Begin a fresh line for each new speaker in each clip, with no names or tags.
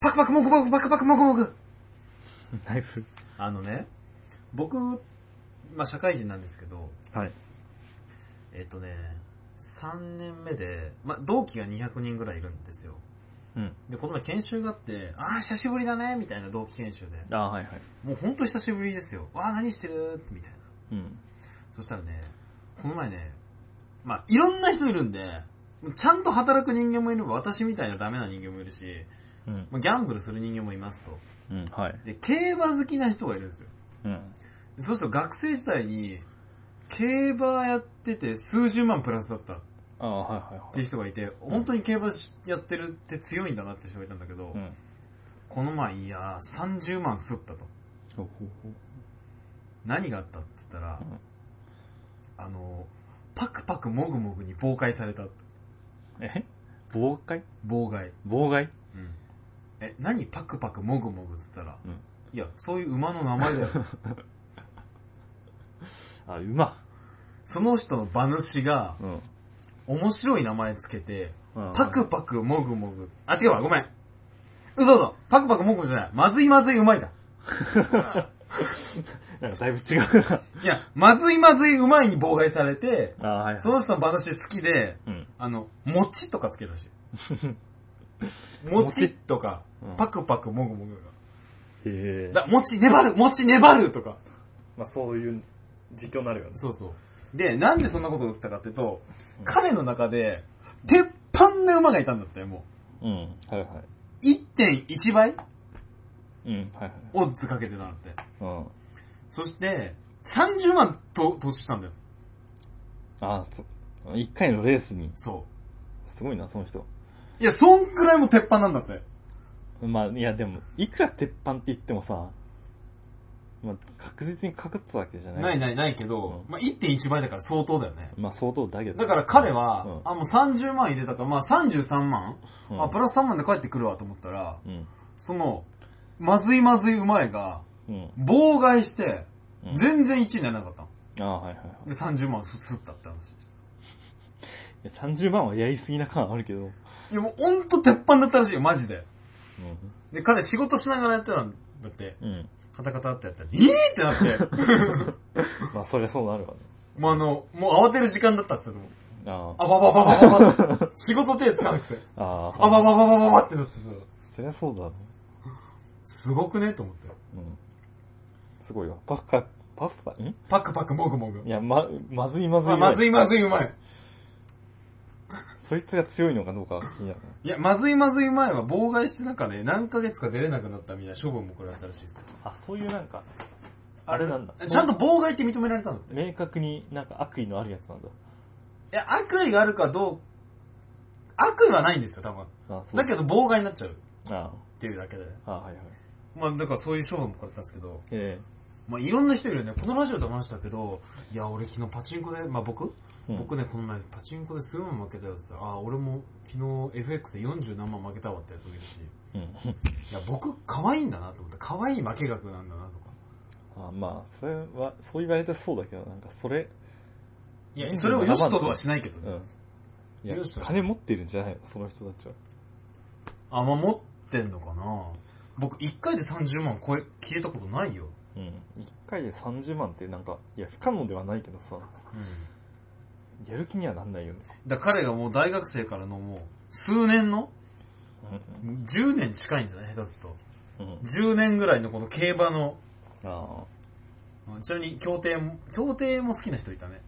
クパク、もぐもぐ、パクパク、もぐもぐ。
ナイス。
あのね、僕、まあ社会人なんですけど、
はい。
えっとね、3年目で、まあ同期が200人ぐらいいるんですよ。
うん。
で、この前研修があって、あー久しぶりだね、みたいな同期研修で。
ああ、はいはい。
もうほんと久しぶりですよ。わー何してるって、みたいな。
うん。
そしたらね、この前ね、まあいろんな人いるんで、ちゃんと働く人間もいれば、私みたいなダメな人間もいるし、
うん。
まあギャンブルする人間もいますと。
うん、はい。
で、競馬好きな人がいるんですよ。
うん。
でそうすると学生時代に、競馬やってて数十万プラスだったっ
ああ、はいはいは
ていう人がいて、本当に競馬しやってるって強いんだなって人がいたんだけど、
い。うん。
この前、いやー、30万すったと。
ほうほうほう。
何があったって言ったら、
うん
あのー、パクパクもぐもぐに妨害された。
え妨害
妨害。
妨害
うん。え、何パクパクもぐもぐっつったら、
うん
いや、そういう馬の名前だ よ。
あ、馬。
その人の馬主が、
うん。
面白い名前つけて、パ
パ
クパクもぐもぐ。あ、違うわ、ごめん。嘘嘘。パクパクもぐもぐじゃない。まずいまずいうまいだ。
なんかだいぶ違うな。
いや、まずいまずいうまいに妨害されて、
ああ、はいはい。
その人の馬主好きで、
うん。
あの、餅とかつけるらしい。餅とか
う、ん
パクパクもぐもぐ
へえ。
が。だ、餅粘る餅粘るとか。
まあそういう実況になるよね。
そうそう。で、なんでそんなことが起きたかっていうと、彼の中で、鉄板な馬がいたんだったよ、も
うん。はいは
う。1.1倍
い。うん。はいはい。
オッズかけてたんだって。
うん。
そして、30万と投資したんだよ。
ああ、そ、一回のレースに。
そ
すごいな、その人。
う。いや、そんくらいも鉄板なんだって。
まあ、いやでも、いくら鉄板って言ってもさ、まあ確実にかかったわけじゃない。
ないないないけど、
う
まあ、1.1倍だから相当だよね。
まあ相当だけど。
だから彼は、
うん
あ、もう30万入れたから、まあ33万、
うん
あ、プラス3万で帰ってくるわと思ったら、
うん。
その、まずいまずいうまいが、
うん。
妨害して
う、ん
全然1位にならなかったの。
ああ、はいはいはい。
で、30万すったって話でし
いや30万はやりすぎな感あるけど。
た。いや、もうほんと鉄板だったらしいよ、マジで。
う
で、彼仕事しながらやってたんだって、
ん。うん。
カタカタってやったら、えーってなって、
まあそりゃそうなるわね。
もうあの、もう慌てる時間だったんですよ、でも
ああ。
あばばばばばばって。仕事手つかなくて。
ああ。
あばばばばばばってなってさ。
そりゃそうだろ
すごくねと思って。
う。うん。すごいわ。パフパ、パフパ、ん
パクパクもぐもぐ
い。や、ま、まずいまずい
あ
ぐらい。
まずいまずいうまい。
そいつが強いのかどうか気になる
いや、まずいまずい前は妨害してなんかね、何ヶ月か出れなくなったみたいな処分もこれあったらしいです。
な。あ、そういうなんか、あれなんだ。
ちゃんと妨害って認められたんだって。
明確になんか悪意のあるやつなんだ。
いや、悪意があるかどう、悪意はないんですよ、多分。
あそう
だけど妨害になっちゃうっ
あ
ていうだけで。
あ、あはいはい。
まあ、だからそういう処分もこれあったんですけど、
え
まあ、いろんな人いるよね。このラジオでも話したけど、いや、俺昨日パチンコで、まあ僕、
えうん、
僕ね、この前パチンコですごい負けたよって言ったら、あー、俺も昨日 FX で40何万負けたわってやつもいるし、
うん。
いや、僕、可愛いんだなと思って、可愛い負け額なんだなとか。
あまあ、それは、そう言われてそうだけど、なんかそれ、
い
うん
や、それを良しととはしないけど
う
ね。
ん。いや
よし、
金持ってるんじゃないのその人たちは。
あ、まあ、持ってんのかな僕、1回で30万超え、消えたことないよ。
うん。一回で30万ってなんか、いや、不可能ではないけどさ、
うん。
やる気にはなんないよね。
だから彼がもう大学生からのもう、数年の
う
?10 年近いんじゃない下手すると。
ん。うん。
10年ぐらいのこの競馬の、
ああ、は
うんちなみに、競艇も、競艇も好きな人いたね。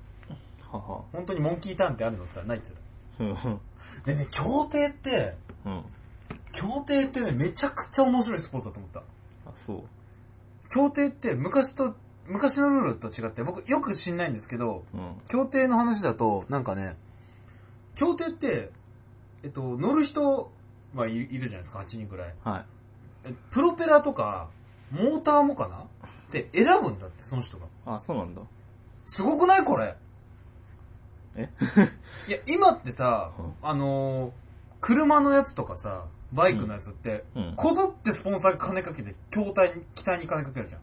は。
本当にモンキーターンってあるのさ、ないって言って
うん。うん
た。でね、競艇って、
うん。
競艇ってね、めちゃくちゃ面白いスポーツだと思った。
あ、そう。
競艇って昔と、昔のルールと違って、僕よく知んないんですけど、
うん。
競艇の話だと、なんかね、競艇って、えっと、乗る人はいいるじゃないですか、8人くらい。
はい。
えプロペラとか、モーターもかなって選ぶんだって、その人が。
あ、そうなんだ。
すごくないこれ。
え
いや、今ってさ
うん、
あのー車のやつとかさ、バイクのやつって、
うん。
こぞってスポンサーが金かけて、筐体に、機体に金かけるじゃん。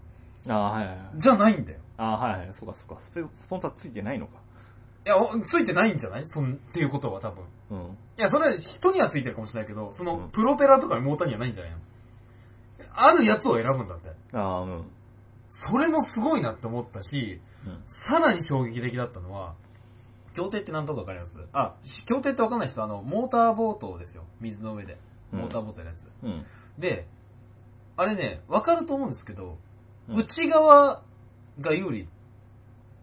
ああ、はいはいはい。
じゃないんだよ。
ああ、はいはい。そうかそうか。スペスポンサーついてないのか。
いや、おついてないんじゃないそん、っていうことは多分。
うん。
いや、それは人にはついてるかもしれないけど、その、
うん
プロペラとかモーターにはないんじゃないのあるやつを選ぶんだって。
ああ、うん。
それもすごいなって思ったし、
うん
さらに衝撃的だったのは、協定って何とかわかりますあ、し協定ってわかんない人、あの、モーターボートですよ。水の上で。
うん
モーターボートのやつ。
うん。
で、あれね、わかると思うんですけど、
うん
内側が有利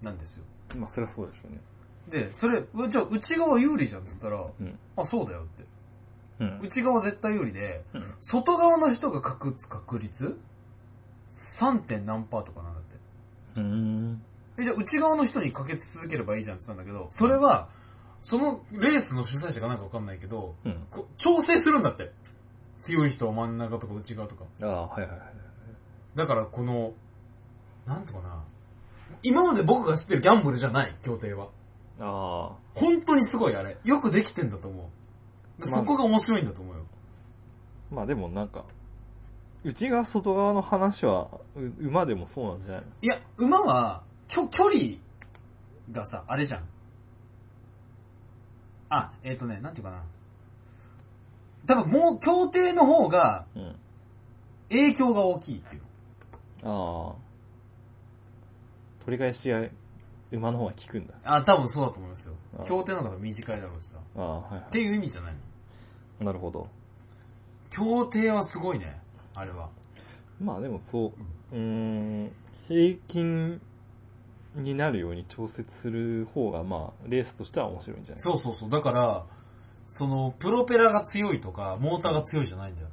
なんですよ。
まあ、そりゃそうでしょうね。
で、それ、うじゃあ内側有利じゃんって言ったら、
うん。
あ、そうだよって。
うん。
内側絶対有利で、
うん
外側の人が隠す確率 ?3. 点何パーとかなんだって。
うーん。
え、じゃあ内側の人にかけ続ければいいじゃんって言ったんだけど、それは、そのレースの主催者かなんかわかんないけど、
うん。
こう調整するんだって。強い人は真ん中とか内側とか。
ああ、はいはいはい。
だからこの、なんとかな、今まで僕が知ってるギャンブルじゃない、協定は。
あ
本当にすごいあれ。よくできてんだと思う。で
まあ
そこが面白いんだと思うよ。
あ。まあでもなんか、内側外側の話は、う馬でもそうなんじゃない
いや、馬は、きょ、距離がさ、あれじゃん。あ、えっ、とね、なんていうかな。多分もう協定の方が
の
影響が大きいっていう。
うん。ああ。取り返しが、馬の方が効くんだ。
あ、多分そうだと思いますよ
あ。
協定の方が短いだろうしさ。っ
ああ、はいは
ていう意味じゃないの。
い。なるほど。
協定はすごいね。あれは。
まあでもそう、うーん、平均になるように調節する方が、まあ、レースとしては面白いんじゃない
そうそうそう。だから、その、プロペラが強いとか、モーターが強いじゃないんだよ。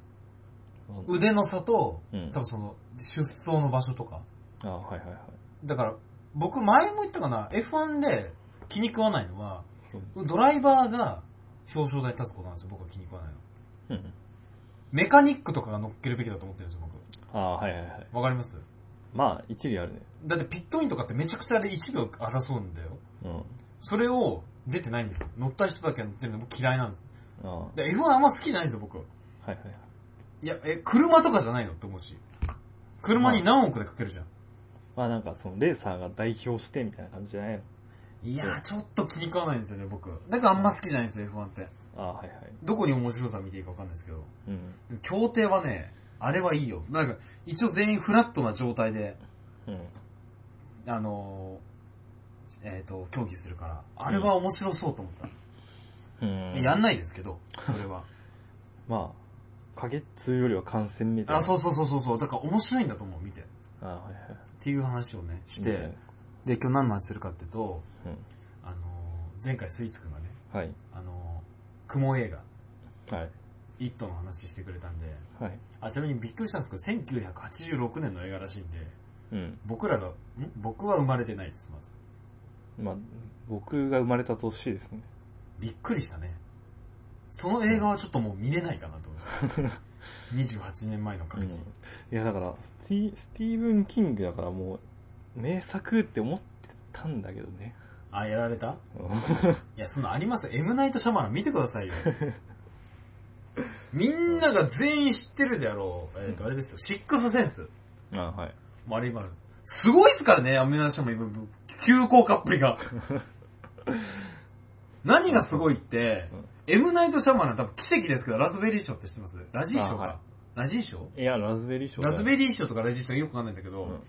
う
腕の差と、
うん
多分その、出走の場所とか。
ああ、はいはいはい。
だから、僕前も言ったかな、F1 で気に食わないのは、ドライバーが表彰台に立つことなんですよ、僕は気に食わないの。
うん。
メカニックとかが乗っけるべきだと思ってるんですよ、
ああ、はいはいはい。
僕。わかります
まあ、一理あるね。
だってピットインとかってめちゃくちゃあれ1秒争うんだよ。
うん。
それを出てないんですよ。乗った人だけ乗ってるの僕嫌いなんです。
ああ、は
で F1 あんま好きじゃないんですよ、僕。
いはいはい。
いや、え、車とかじゃないのって思うし。車に何億でかけるじゃん。
まあなんか、その、レーサーが代表してみたいな感じじゃないの
いやー、ちょっと気に食わないんですよね、僕。だからあんま好きじゃないんですよ、F1 って。
ああ、はいはい。
どこに面白さ見ていいかわかんないですけど。
うん。
協定はね、あれはいいよ。なんか、一応全員フラットな状態で、
うん。
あのー、えっ、と、競技するから、あれは面白そうと思った。
うん。
やんないですけど、それは。
まあ、影っつうよりは感染みたいな。
あ、そうそうそうそうそう、だから面白いんだと思う、見て。っ
ああ、はいはい。
ていう話をね、
い
し
いんじゃない
て
で、すか
で、今日何の話するかっていうと、
うん。
あのー、前回スイーツくんがね、
はい。
あのー、雲映画、
は
イ
い。
ットの話してくれたんで、
はい。
あ、ちなみにびっくりしたんですけど、1986年の映画らしいんで、
うん。
僕らが、ん僕は生まれてないです、まず。
まあ、僕が生まれた年ですね。
びっくりしたね。その映画はちょっともう見れないかなと思い ました。28年前の
う
確
ん
認。
いや、だからスティ、スティーブン・キングだからもう、名作って思ってたんだけど ね。
あ、やられた
うん
いや、そんなありますよ。エムナイト・シャマラン見てくださいよ。みんなが全員知ってるであろう。えっ、と、あれですよ。シックスセンス。
あはい。
もうあれ今、すごいっすからね、エムナイト・シャマラン。急降下っぷりが。何がすごいって、エムナイト・シャマラン多分奇跡ですけど、ラズベリー賞って知ってますラジー賞か。
あはい
ラジー賞
いや、ラズベリー賞
ラズベ
リ
リー賞とかラジー賞よくわかんないんだけど、
うん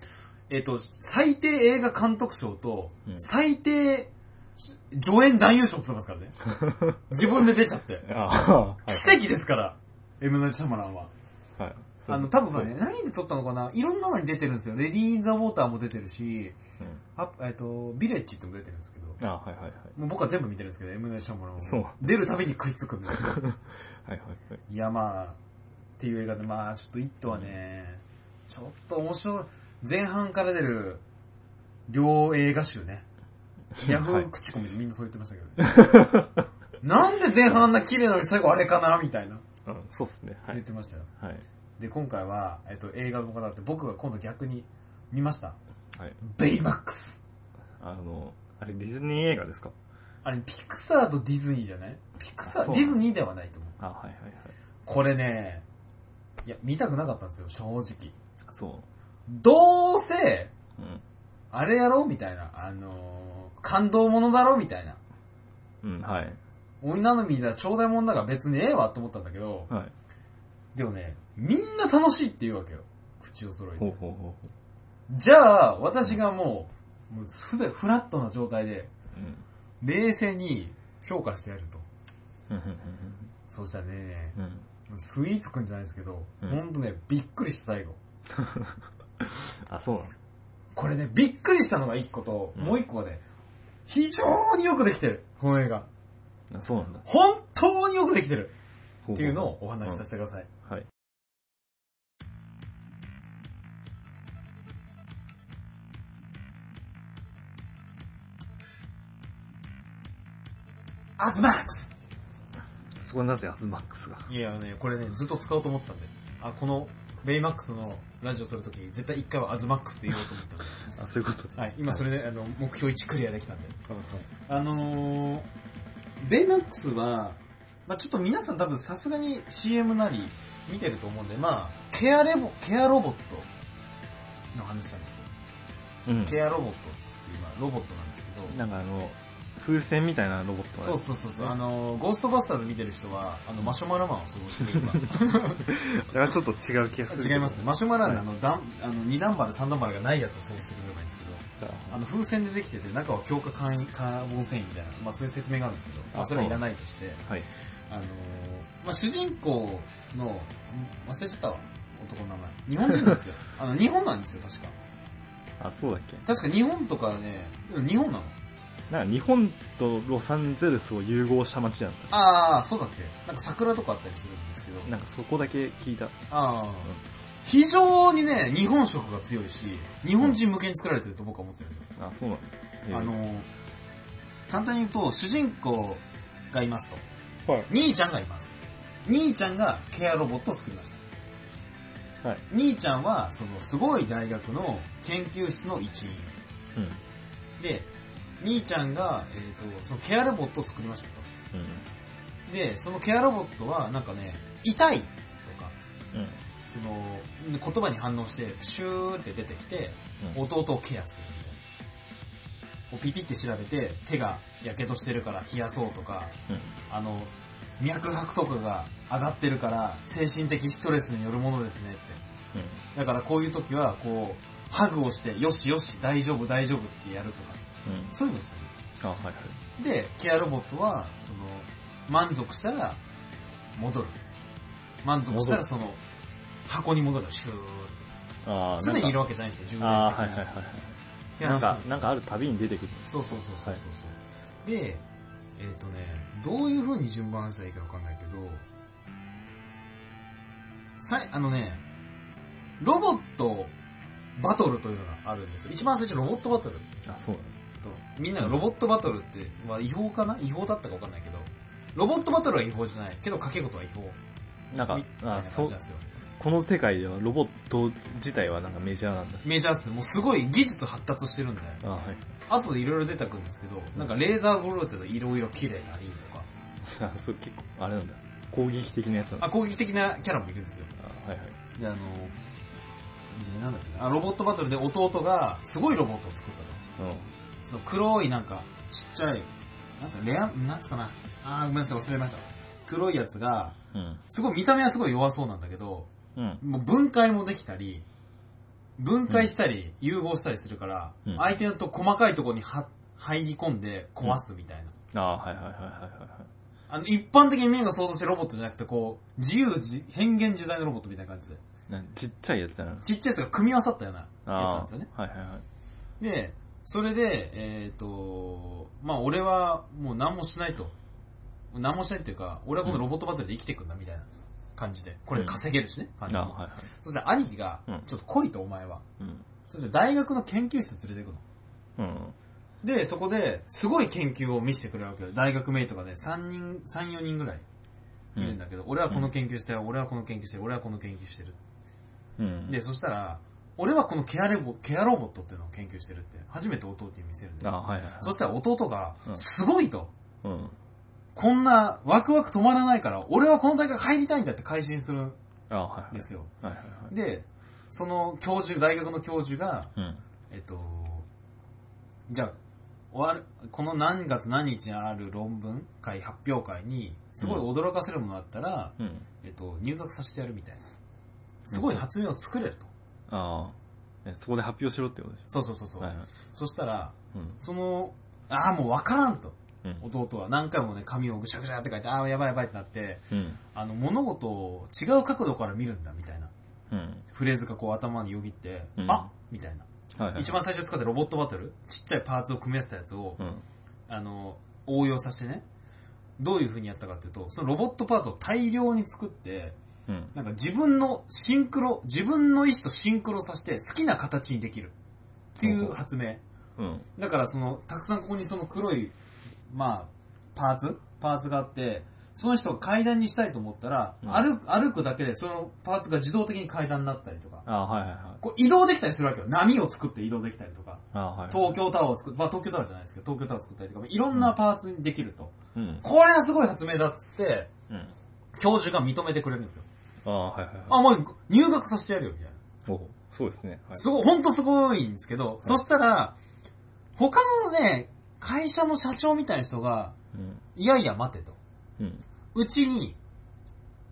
えっ、と、最低映画監督賞と
う、ん
最低助演男優賞取ってますからね。 自分で出ちゃって。
ー。あはい。
奇跡ですから、エムナイト・シャマランは。
はい。そう
あの、多分ね、何で撮ったのかないろんなのに出てるんですよ。レディー・イン・ザ・ウォーターも出てるし、
うん
あえっ、と、ビレッジっても出てるんですけど、
あはいはいはい。
もう僕は全部見てるんですけど、エムナイト・シャマラン
そう
は。出るたびに食いつくんですよ。
はいはいはい。
いやまあ、っていう映画で、まあちょっとイットはね、ちょっと面白い。前半から出る、両映画集ね。ヤフー口コミでみんなそう言ってましたけど、 なんで前半あんな綺麗なのに最後あれかなみたいな、
うん、そうっすね。は
言っ
い。
てましたよ。
はい。
で、今回は、えっと、映画の方だって僕が今度逆に見ました。
はい。
ベイマックス。
あの、あれディズニー映画ですか
あれ、ピクサーとディズニーじゃないピクサ
あ
ー、
そう
ディズニーではないと思う。
あはいはいはい。
これね、いや、見たくなかったんですよ、正直。
そ
どうせ、
う。うん。
あれやろみたいな。あのー、感動ものだろみたいな。
うん、はい。
女のみだ、ちょうだいもんだから別にええわと思ったんだけど、
はい。
でもね、みんな楽しいって言うわけよ。口を揃え
ほう
て。
ほうほ
じゃあ、私がもう、もうすべ、フラットな状態で、
う。うん
冷静に評価してやると。
うんうん
そうしたらね、
うんうん。
スイーツくんじゃないですけど、
うん
ほんとね、びっくりした最後。
あ、そうなの
これね、びっくりしたのが一個と、
うん
もう一個はね、非常によくできてる。この映画。
あそうなんだ。
本当によくできてる
ほほ
っていうのをお話しさせてください。
はい。
アズマックス
そこはなぜアズマックスが。
いやね、これね、ずっと使おうと思ったんで。あ、この、ベイマックスのラジオ撮るとき、絶対一回はアズマックスって言おうと思ったんで。
あ、そういうことね。
はい、今それで、あの、目標1クリアできたんで。あのー、ベイマックスは、まあちょっと皆さん多分さすがに CM なり見てると思うんで、まあケアレボ、ケアロボットの話なんですよ。
うん。
ケアロボットっていう、まあロボットなんですけど、
なんかあの、風船みたいなロボットが
そうそうそうそう、あのー、ゴーストバスターズ見てる人は、あの、マシュマロマンを想像してる今。
あれはちょっと違う気がするけど。
違いますね。マシュマロマンの
は
あの、段あの2段バル、3段バルがないやつを想像してくれればいいんですけど、あの、風船でできてて、中は強化カーボン繊維みたいな、まあそういう説明があるんですけど、まあそれはいらないとして、
はい。
あのー、まあ主人公の、ん忘れちゃったわ、男の名前。日本人なんです よ。あの、日本なんですよ、確か。
あ、そうだっけ
確か日本とかね、うん日本なの。
なんか日本とロサンゼルスを融合した街なんだった。
ああ、そうだっけ。なんか桜とかあったりするんですけど、
なんかそこだけ聞いた。
ああ、非常にね、日本色が強いし、日本人向けに作られてると僕は思ってるんですよ。
あ、そうなんだ。えー
あの、ー、簡単に言うと、主人公がいますと。
はい。
兄ちゃんがいます。兄ちゃんがケアロボットを作りました。
はい
兄ちゃんは、その、すごい大学の研究室の一員。
うん。
で、兄ちゃんが、えっ、と、そのケアロボットを作りましたと。
うん。
で、そのケアロボットは、なんかね、痛いとか、
うん。
その、言葉に反応して、プシューって出てきて、
うん
弟をケアするみたいな。こうピピって調べて、手が火傷してるから冷やそうとか、あの、脈拍とかが上がってるから、精神的ストレスによるものですねって。だからこういう時は、こう、ハグをして、よしよし、大丈夫、大丈夫ってやるとか、
うん。うん。
そういうのです
あ、はいはい。
る。で、ケアロボットは、その、満足したら、戻る。満足したら、その、箱に戻る。シューって
あー
常にいる
なんか
わけじゃないんですよ、10
あー、はいは
っ
いはい。
て
なん
話
か
で、す
なんかあるたびに出てくる。
そうそうそうそうそうそう、
はい
で、えっ、とね、どういう風に順番したらいいかわかんないけど、さい、あのね、ロボットバトルというのがあるんですよ。一番最初ロボットバトル。
あ、そう
と
なん
みんながロボットバトルって、まあ違法かな違法だったかわかんないけど、ロボットバトルは違法じゃない。けど掛け事は違法。
だ。なん
み
か、
たいな
あ、
感
そ
じ
う
なんで、すよ。
この世界ではロボット自体はなんかメジャーなんだ。
メジャーっす。もうすごい技術発達してるんで、
あ、はい。
後でいろいろ出てくるんですけど、なんかレーザーゴローテといろいろ綺麗なりとか、
あ、そう、結構、あれなんだ。攻撃的なやつなんだ。
あ、攻撃的なキャラもいるんですよ。
あはいはい。
で、あの、でなんだっけなあロボットバトルで弟がすごいロボットを作ったと。
うん。
その黒いなんか、ちっちゃい、なんつうの、レア、なんつうかな。あーごめんなさい、忘れました。黒いやつが、
うん。
すごい、見た目はすごい弱そうなんだけど、
うん。
もう分解もできたり、分解したり、融合したりするから、
うん
相手のと細かいところには入り込んで壊すみたいな。
あはいはいはいはいはい。
あの、一般的にみんなが想像してるロボットじゃなくて、こう、自由自、変幻自在のロボットみたいな感じで。
なんちっちゃいやつだな。
ちっちゃいやつが組み合わさったようなやつ
あ
なんですよね。
はいはいはい。
で、それで、えっ、と、まあ俺はもう何もしないと。何もしないっていうか、俺はこのロボットバトルで生きていくんだみたいな感じで。これで稼げるしね。
あ
感じも
はいはい。
そしたら兄貴が
うん、
ちょっと来いとお前は。
うん。
そしたら大学の研究室連れて行くの。
うん。
で、そこで、すごい研究を見せてくれるわけよ。大学メイトがね、3人、3、4人ぐらいいるんだけど、俺はこの研究してる、俺はこの研究してる、俺はこの研究してる。
うん。
で、そしたら、俺はこのケアレボ、ケアロボットっていうのを研究してるって、初めて弟に見せるんだよ
あはいはいはい。
そしたら弟が
う、ん
すごいと。
うん。
こんなワクワク止まらないから、俺はこの大学入りたいんだって改心するん
あはいはい。
ですよ。
はいはいはい。
で、その教授、大学の教授が、
うん。
えっと、じゃあ、終わる、この何月何日にある論文会、発表会に、すごい驚かせるものあったら、
うん。
えっと、入学させてやるみたいな。すごい発明を作れると。
ああ。ねそこで発表しろってことでし
そうそうそうそ
ょ。
う。
はいはい。
そしたら、
うん。
その、ああ、もうわからんと。
うん。
弟は何回もね、紙をぐしゃぐしゃって書いて、ああ、やばいやばいってなって、
うん。
あの、物事を違う角度から見るんだ、みたいな。
うん。
フレーズがこう頭によぎって、
うん
あみたいな。
はいはい。
一番最初使ったロボットバトルちっちゃいパーツを組み合わせたやつを、
うん。
あの、応用させてね、どういう風にやったかっていうと、そのロボットパーツを大量に作って、
うん。
なんか自分のシンクロ、自分の意思とシンクロさせて好きな形にできる。っていう発明。
うん。
だからその、たくさんここにその黒い、まあ、パーツパーツがあって、その人が階段にしたいと思ったら、
うん
歩く、歩くだけでそのパーツが自動的に階段になったりとか、
ああ、はいはいはい。
こう移動できたりするわけよ。波を作って移動できたりとか、
ああ、はい。
東京タワーを作って、まあ東京タワーじゃないですけど、東京タワー作ったりとか、いろんなパーツにできると。
うん。
これはすごい発明だっつって、
うん。
教授が認めてくれるんですよ。
ああ、はいはいはい。
あ、もう入学させてやるよ、みたいな。
おうそうですね。はい。
すごい、ほんとすごいんですけど、そしたら、他のね、会社の社長みたいな人が、
うん。
いやいや待てと。
うん。
うちに、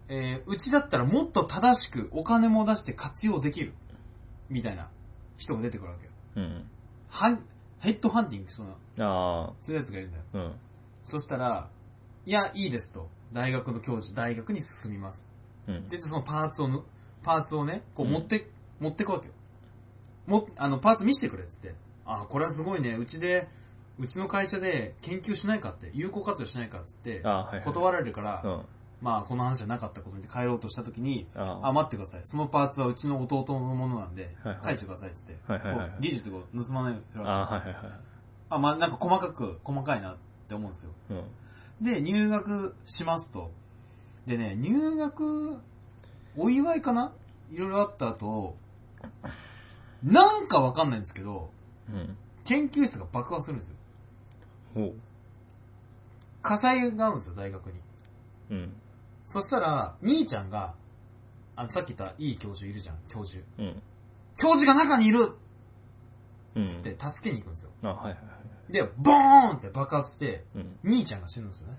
えー、うちだったらもっと正しくお金も出して活用できる。みたいな人が出てくるわけよ。
うん。
はん、ヘッドハンティング、その、
あ
そういうやつがいるんだよ。
あ、うん。
そしたら、いや、いいですと。大学の教授、大学に進みます。
うん。
で、そのパーツをぬ、パーツをね、こう
うん
持って、持ってくわけよ。も、あの、パーツ見せてくれっつって。あ、これはすごいね、うちで、うちの会社で研究しないかって、有効活用しないかっつって
あ、あ、はいはい。
断られるから、
うん。
まあ、この話じゃなかったことに帰ろうとした時に、
あ
あ、待ってください。そのパーツはうちの弟のものなんで
はいはい、
返してくださいっつって。
はいはいはい
こう技術を盗まないようにし
あ、
ろ
ああ、はいはいはい。
あ、まあ、なんか細かく、細かいなって思うんですよ。
うん。
で、入学しますと。でね、入学、お祝いかないろいろあった後、なんかわかんないんですけど、
うん。
研究室が爆破するんですよ。
ほう。
火災があるんですよ、大学に。
うん。
そしたら、兄ちゃんが、あの、さっき言ったいい教授いるじゃん、教授。
うん。
教授が中にいる
うん。
つって助けに行くんですよ。
あ、はいはいはい。
で、ボーンって爆発して、
うん。
兄ちゃんが死ぬんですよね。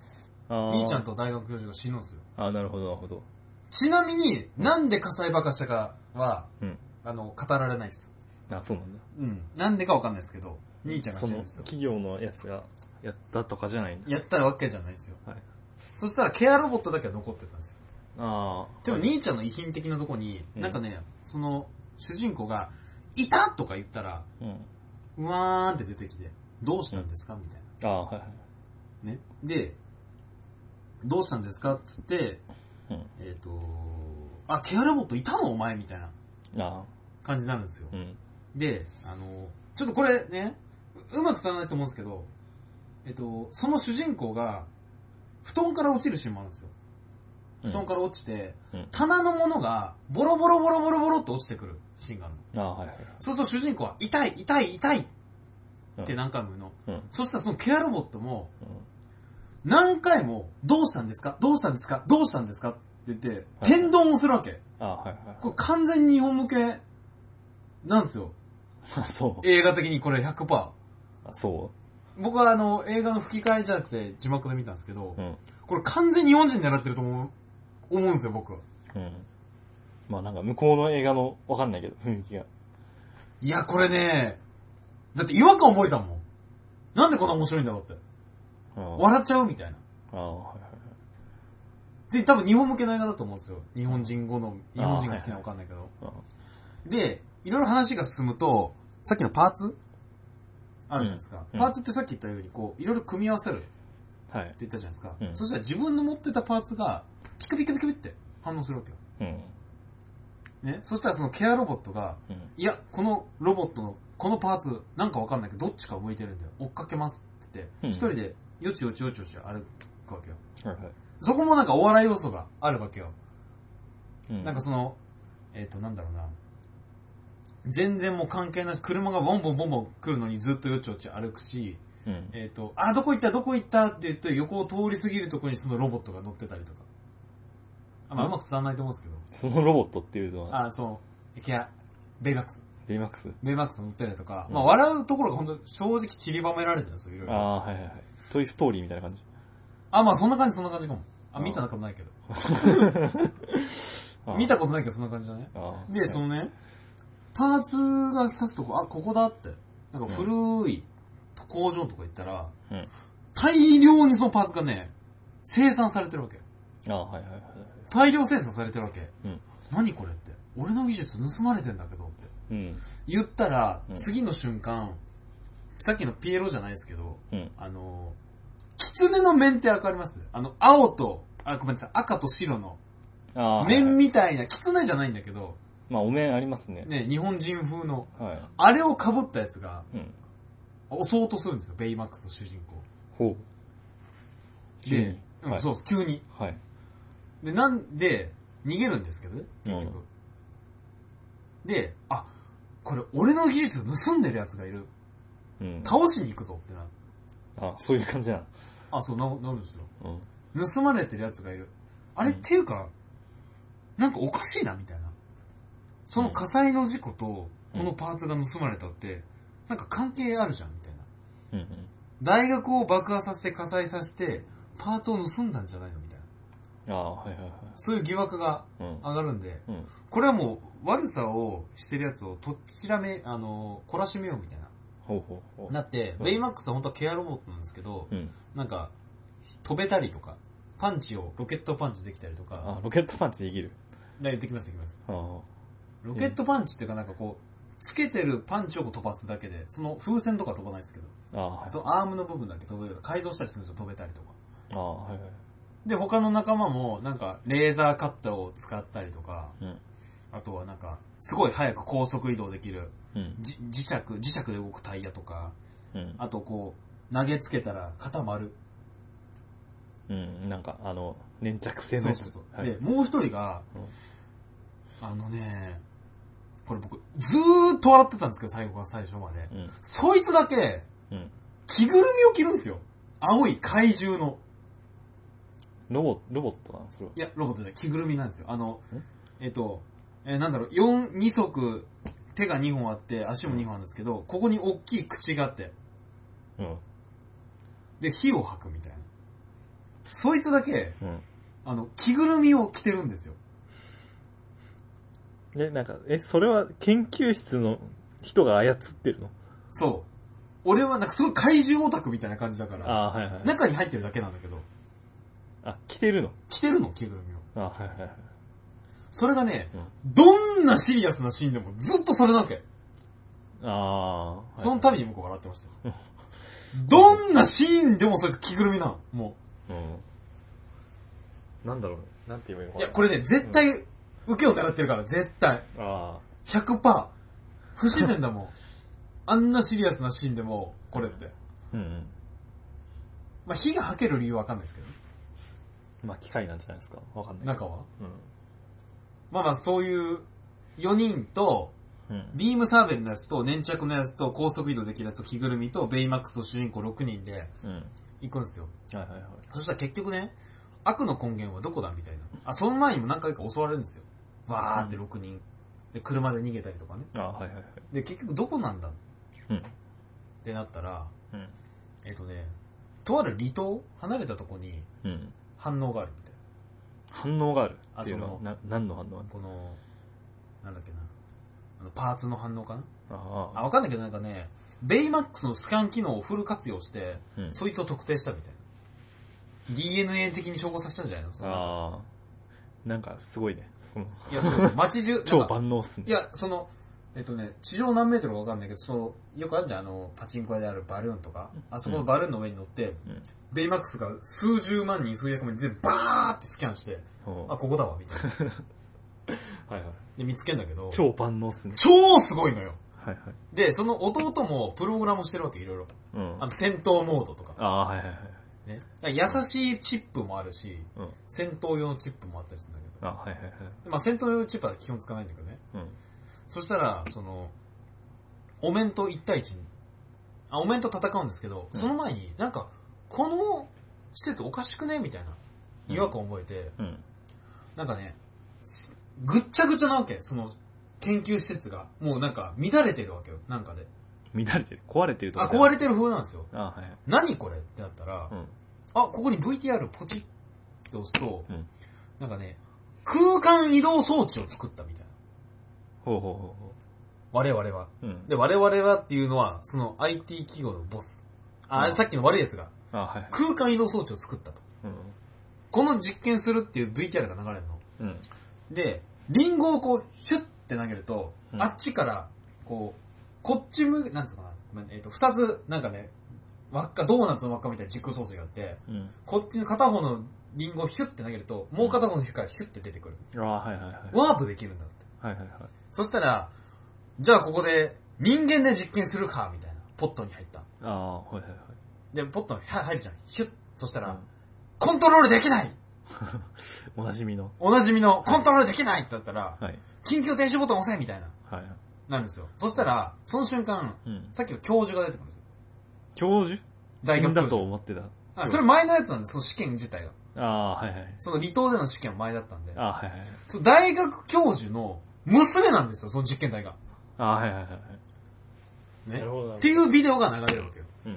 ああ。
兄ちゃんと大学教授が死ぬんですよ。
ああ、なるほど、なるほど。
ちなみに、なんで火災爆発したかは、
うん。
あの、語られないです。
あ、そうなんだ。
うん。なんでかわかんないですけど、兄ちゃんが死
そ
ぬん
の
ですよ。
企業のやつがやったとかじゃないんだ。
やったわけじゃないですよ。
はい。
そしたらケアロボットだけは残ってたんですよ。
ああ。
でも
はい
兄ちゃんの遺品的なとこに、
うん
なんかね、その、主人公が、いたとか言ったら、
うん。
うわーんって出てきて、どうしたんですかみたい
ああ、はいはい。
な。ね。で、どうしたんですかっつって、
うん。
えっ、とあ、ケアロボットいたのお前みたいな
あ
感じになるんですよ
あ。。うん。
で、あの、ちょっとこれね、ううまく伝わらないと思うんですけど、えっと、その主人公が、布団から落ちるシーンもあるんですよ。布団から落ちて、
うん
棚のものが、ボロボロボロボロボロって落ちてくるシーンがあるの。
ああ、はいはいはい。
そうすると主人公は、痛い、痛い、痛いって何回も言うの。
うん。うん。
そしたらそのケアロボットも、何回も、どうしたんですかどうしたんですかどうしたんですかって言って、
はい
天丼をするわけ。
ああ、はいはい
これ完全に日本向け、なんですよ。
はい。そう。
映画的にこれ100%。
あ、そ
僕はあの、映画の吹き替えじゃなくて字幕で見たんですけど
う。う、ん。
これ完全に日本人狙ってると思う、思うんですよ、僕。
うん。まあなんか向こうの映画のわかんないけど、雰囲気が。
いや、これね、だって違和感覚えたもん。なんでこんな面白いんだろうって。
うん。
笑っちゃうみたいな。
ああ、はいはいはい。
で、多分日本向けの映画だと思うんですよ。日本人語の、日本人が好きなのわかんないけど。
う
で、いろいろ話が進むと、さっきのパーツあるじゃないですか。
うん
パーツってさっき言ったように、こう、いろいろ組み合わせるって
んはい。
言ったじゃないですか。
うん
そしたら自分の持ってたパーツが、ピクピクピクピクって反応するわけよ。
うん。
ね。そしたらそのケアロボットが、
うん。
いや、このロボットの、このパーツ、なんかわかんないけど、どっちか向いてるんだよ。追っかけますって
う
言
ん
って、一、人で、よちよちよちよち歩くわけよ。
はいはい。
そこもなんかお笑い要素があるわけよ。
うん
なんかその、えっ、と、なんだろうな。全然もう関係なし、車がボンボンボンボン来るのにずっとよちよち歩くし、
うん。
えっ、と、あ、どこ行った、どこ行ったって言って横を通り過ぎるところにそのロボットが乗ってたりとか。あまあ、うまく伝わらないと思うんですけど。
そのロボットっていうのは、
あ、そう、ケア、ベイマックス。
ベイマックス
ベイマックス乗ってるとか、
うん
まあ笑うところが本当正直散りばめられてるんですよ、いろい
あ
ろ。
あ、はいはいはい。トイストーリーみたいな感じ。
あ、まあそんな感じ、そんな感じかも。あ、
うん
見た中もないけど。
あ
見たことないけどそんな感じだね。
あ
で、そのね、パーツが刺すとこ、あ、ここだって。なんか古い工場のとか行ったら、
うん
大量にそのパーツがね、生産されてるわけ。
ああはいはいはい。
大量生産されてるわけ。
うん
何これって。俺の技術盗まれてんだけどって。
うん。
言ったら、
うん
次の瞬間、さっきのピエロじゃないですけど、
うん。
あの、狐の面ってわかりますあの、青と、あ、ごめんなさい、赤と白の
ああ。はいは
面
い
みたいな、狐じゃないんだけど、
まあ、お面ありますね。
ね、日本人風の、
は
あれを被ったやつが、
い。うん。
襲おうとするんですよ、ベイマックスと主人公。
ほう。急に
で、うん
はい
そうそう、急に。
はい。
で、なんで、逃げるんですけどね、
うん
結局。で、あ、これ俺の技術盗んでるやつがいる。
うん。
倒しに行くぞってな。
あ、そういう感じなの。
あ、そうな、なるんですよ。
うん。
盗まれてるやつがいる。あれ、
うん
っていうか、なんかおかしいな、みたいな。その火災の事故と、このパーツが盗まれたって、なんか関係あるじゃん、みたいな。
うんうん。
大学を爆破させて火災させて、パーツを盗んだんじゃないのみたいな。
ああ、はいはいは
そういう疑惑が
い。うん。
上がるんで、
うん。
これはもう悪さをしてるやつをとっちらめ、あの、懲らしめようみたいな。
ほうほうほう。
なって、
うん
ベイマックスは本当はケアロボットなんですけど、
うん。
なんか、飛べたりとか、パンチを、ロケットパンチできたりとか、
あ、ロケットパンチできる。
でできますできます。
ああ。
ロケットパンチっていうかなんかこう、つけてるパンチを飛ばすだけで、その風船とか飛ばないですけど、
ああ、はい
そ。のアームの部分だけ飛べる。改造したりするんですよ、飛べたりとか。
ああ、はいはい。
で、他の仲間も、なんか、レーザーカッターを使ったりとか、
うん。
あとはなんか、すごい早く高速移動できる、
うん。
じ磁石、磁石で動くタイヤとか、
うん。
あとこう、投げつけたら固まる。
うん。なんか、あの、粘着性の
そう
やつ。
そうそう。
はい。
で、もう一人が
うん、
あのね、これ僕、ずーっと笑ってたんですけど、最後から最初まで。
うん。
そいつだけ、
うん。
着ぐるみを着るんですよ。青い怪獣の。
ロボ、ロボットなのそれは。
いや、ロボットじゃない、着ぐるみなんですよ。あの
ん、
えっと、えーなんだろう、4、2足、手が2本あって、足も2本あるんですけど、ここに大きい口があって、
うん。
で、火を吐くみたいな。そいつだけ、
うん。
あの、着ぐるみを着てるんですよ。
で、なんか、え、それは研究室の人が操ってるの
そう。俺はなんかすごい怪獣オタクみたいな感じだから、
ああ、はいはい。
中に入ってるだけなんだけど、
あ、着てるの
着てるの、着ぐるみを。
あはいはいはい。
それがね、
うん
どんなシリアスなシーンでもずっとそれなわけ。
ああ。
そのたびに向こう笑ってましたよ。どんなシーンでもそいつ着ぐるみなの。も
うん。なんだろうなんて言えばいい
う。
のか
い
な
や、これね、絶対、受けを狙ってるから、絶対。
あ
100%。不自然だもん。あんなシリアスなシーンでも、これって。
あ。うんうん。
まあ、火が吐ける理由はわかんないですけどね、
まあ、機械なんじゃないですかわかんない。
中は。
う
まあまあ、そういう、4人と、
ん。うん。
ビームサーベルのやつと、粘着のやつと、高速移動できるやつと、着ぐるみと、ベイマックスと主人公6人で、
うん。は
行くんですよ。
いはいはい。
そしたら結局ね、悪の根源はどこだみたいな。あ、その前にも何回か襲われるんですよ。わーって6人。で、車で逃げたりとかね。
あはいはいはい。
で、結局どこなんだっ
うん。
てなったら、
うん。
えっ、とね、とある離島、離れたとこに
うん。
反応があるみたい
反応がある
あ
っていうのは、
そ
な、何の反応
な。この、なんだっけな。あの、パーツの反応かな
あ
あ、
あ。
わかんないけどなんかね、ベイマックスのスキャン機能をフル活用して、
うん
そいつを特定したみたいな。DNA 的に照合させたんじゃないのその
ああ。なんか、すごいね。その、
いや、そうそう、街中、
超
なんか
万能っすね。
いや、その、えっとね、地上何メートルかわかんないけど、その、よくあるじゃん、あの、パチンコ屋であるバルーンとか、あそこのバルーンの上に乗って、
うん
ベイマックスが数十万人、数百万人全部バーってスキャンして、
うん
あ、ここだわ、みたい な。
はいはい。
で、見つけんだけど、
超万能っすね。
超すごいのよ。
はいはい。
で、その弟もプログラムしてるわけ、いろいろ。
うん。
あ
あ
の、戦闘モードとか。
あ、はいはいはい。
ね。だから優しいチップもあるし、
うん。
戦闘用のチップもあったりするんだけど。
あはいはいはい。
まあ、戦闘用のチップは基本使わないんだけどね。
うん。
そしたら、その、お面と一対一に、あ、お面と戦うんですけど、
うん
その前になんか、この施設おかしくねみたいな
うん
違和感を覚えて、
うん。
なんかね、すぐっちゃぐちゃなわけ、その研究施設が。もうなんか乱れてるわけよ、なんかで。
乱れてる。壊れてると
あ、
か。
壊れ
て
てる風なんですよ。
る。あはいはい。
何これってなったら、
うん。
あ、ここに VTR ポチッと押すと、
うん
なんかね、空間移動装置を作ったみたいな。
ほうほうほ
我々は。
うほう。うん。
で、我々はっていうのは、その IT 企業のボス。あ、
うん
さっきの悪いやつが、
あ、はいはい。
空間移動装置を作ったと。この実験するっていう VTR が流れるの。
うん。うん。
で、リンゴをこう、ヒュッて投げると、
うん
あっちから、こう、こっち向け、なんつうのかな、ごめんえっ、と、二つ、なんかね、輪っか、ドーナツの輪っかみたいな軸装置があって、
うん。
こっちの片方のリンゴをヒュッて投げると、もう片方のヒュッからヒュッて出てくる。
ああ、はいはいはい。
ワープできるんだって。
はいはいはい。
そしたら、じゃあここで、人間で実験するか、みたいな。ポットに入った。
ああ、はいはいはい。
で、ポットには入るじゃん。ヒュッ。そしたら、
うん
コントロールできない
おなじみの。
おなじみの、コントロールできないってなったら、
はい。
緊急停止ボタン押せみたいな、
はい。
なるんですよ。そしたら、その瞬間、
うん。
さっきの教授が出てくるんですよ。
教授
大学
だ
教
と
授。
思ってた。
あそれ前のやつなんです、その試験自体が。
ああー、はいはい。
その離島での試験は前だったんで。
ああ、はいはい。
その大学教授の娘なんですよ、その実験台が。
ああ、はいはいはい。
ね。
ほど
っていうビデオが流れるわけよ。
う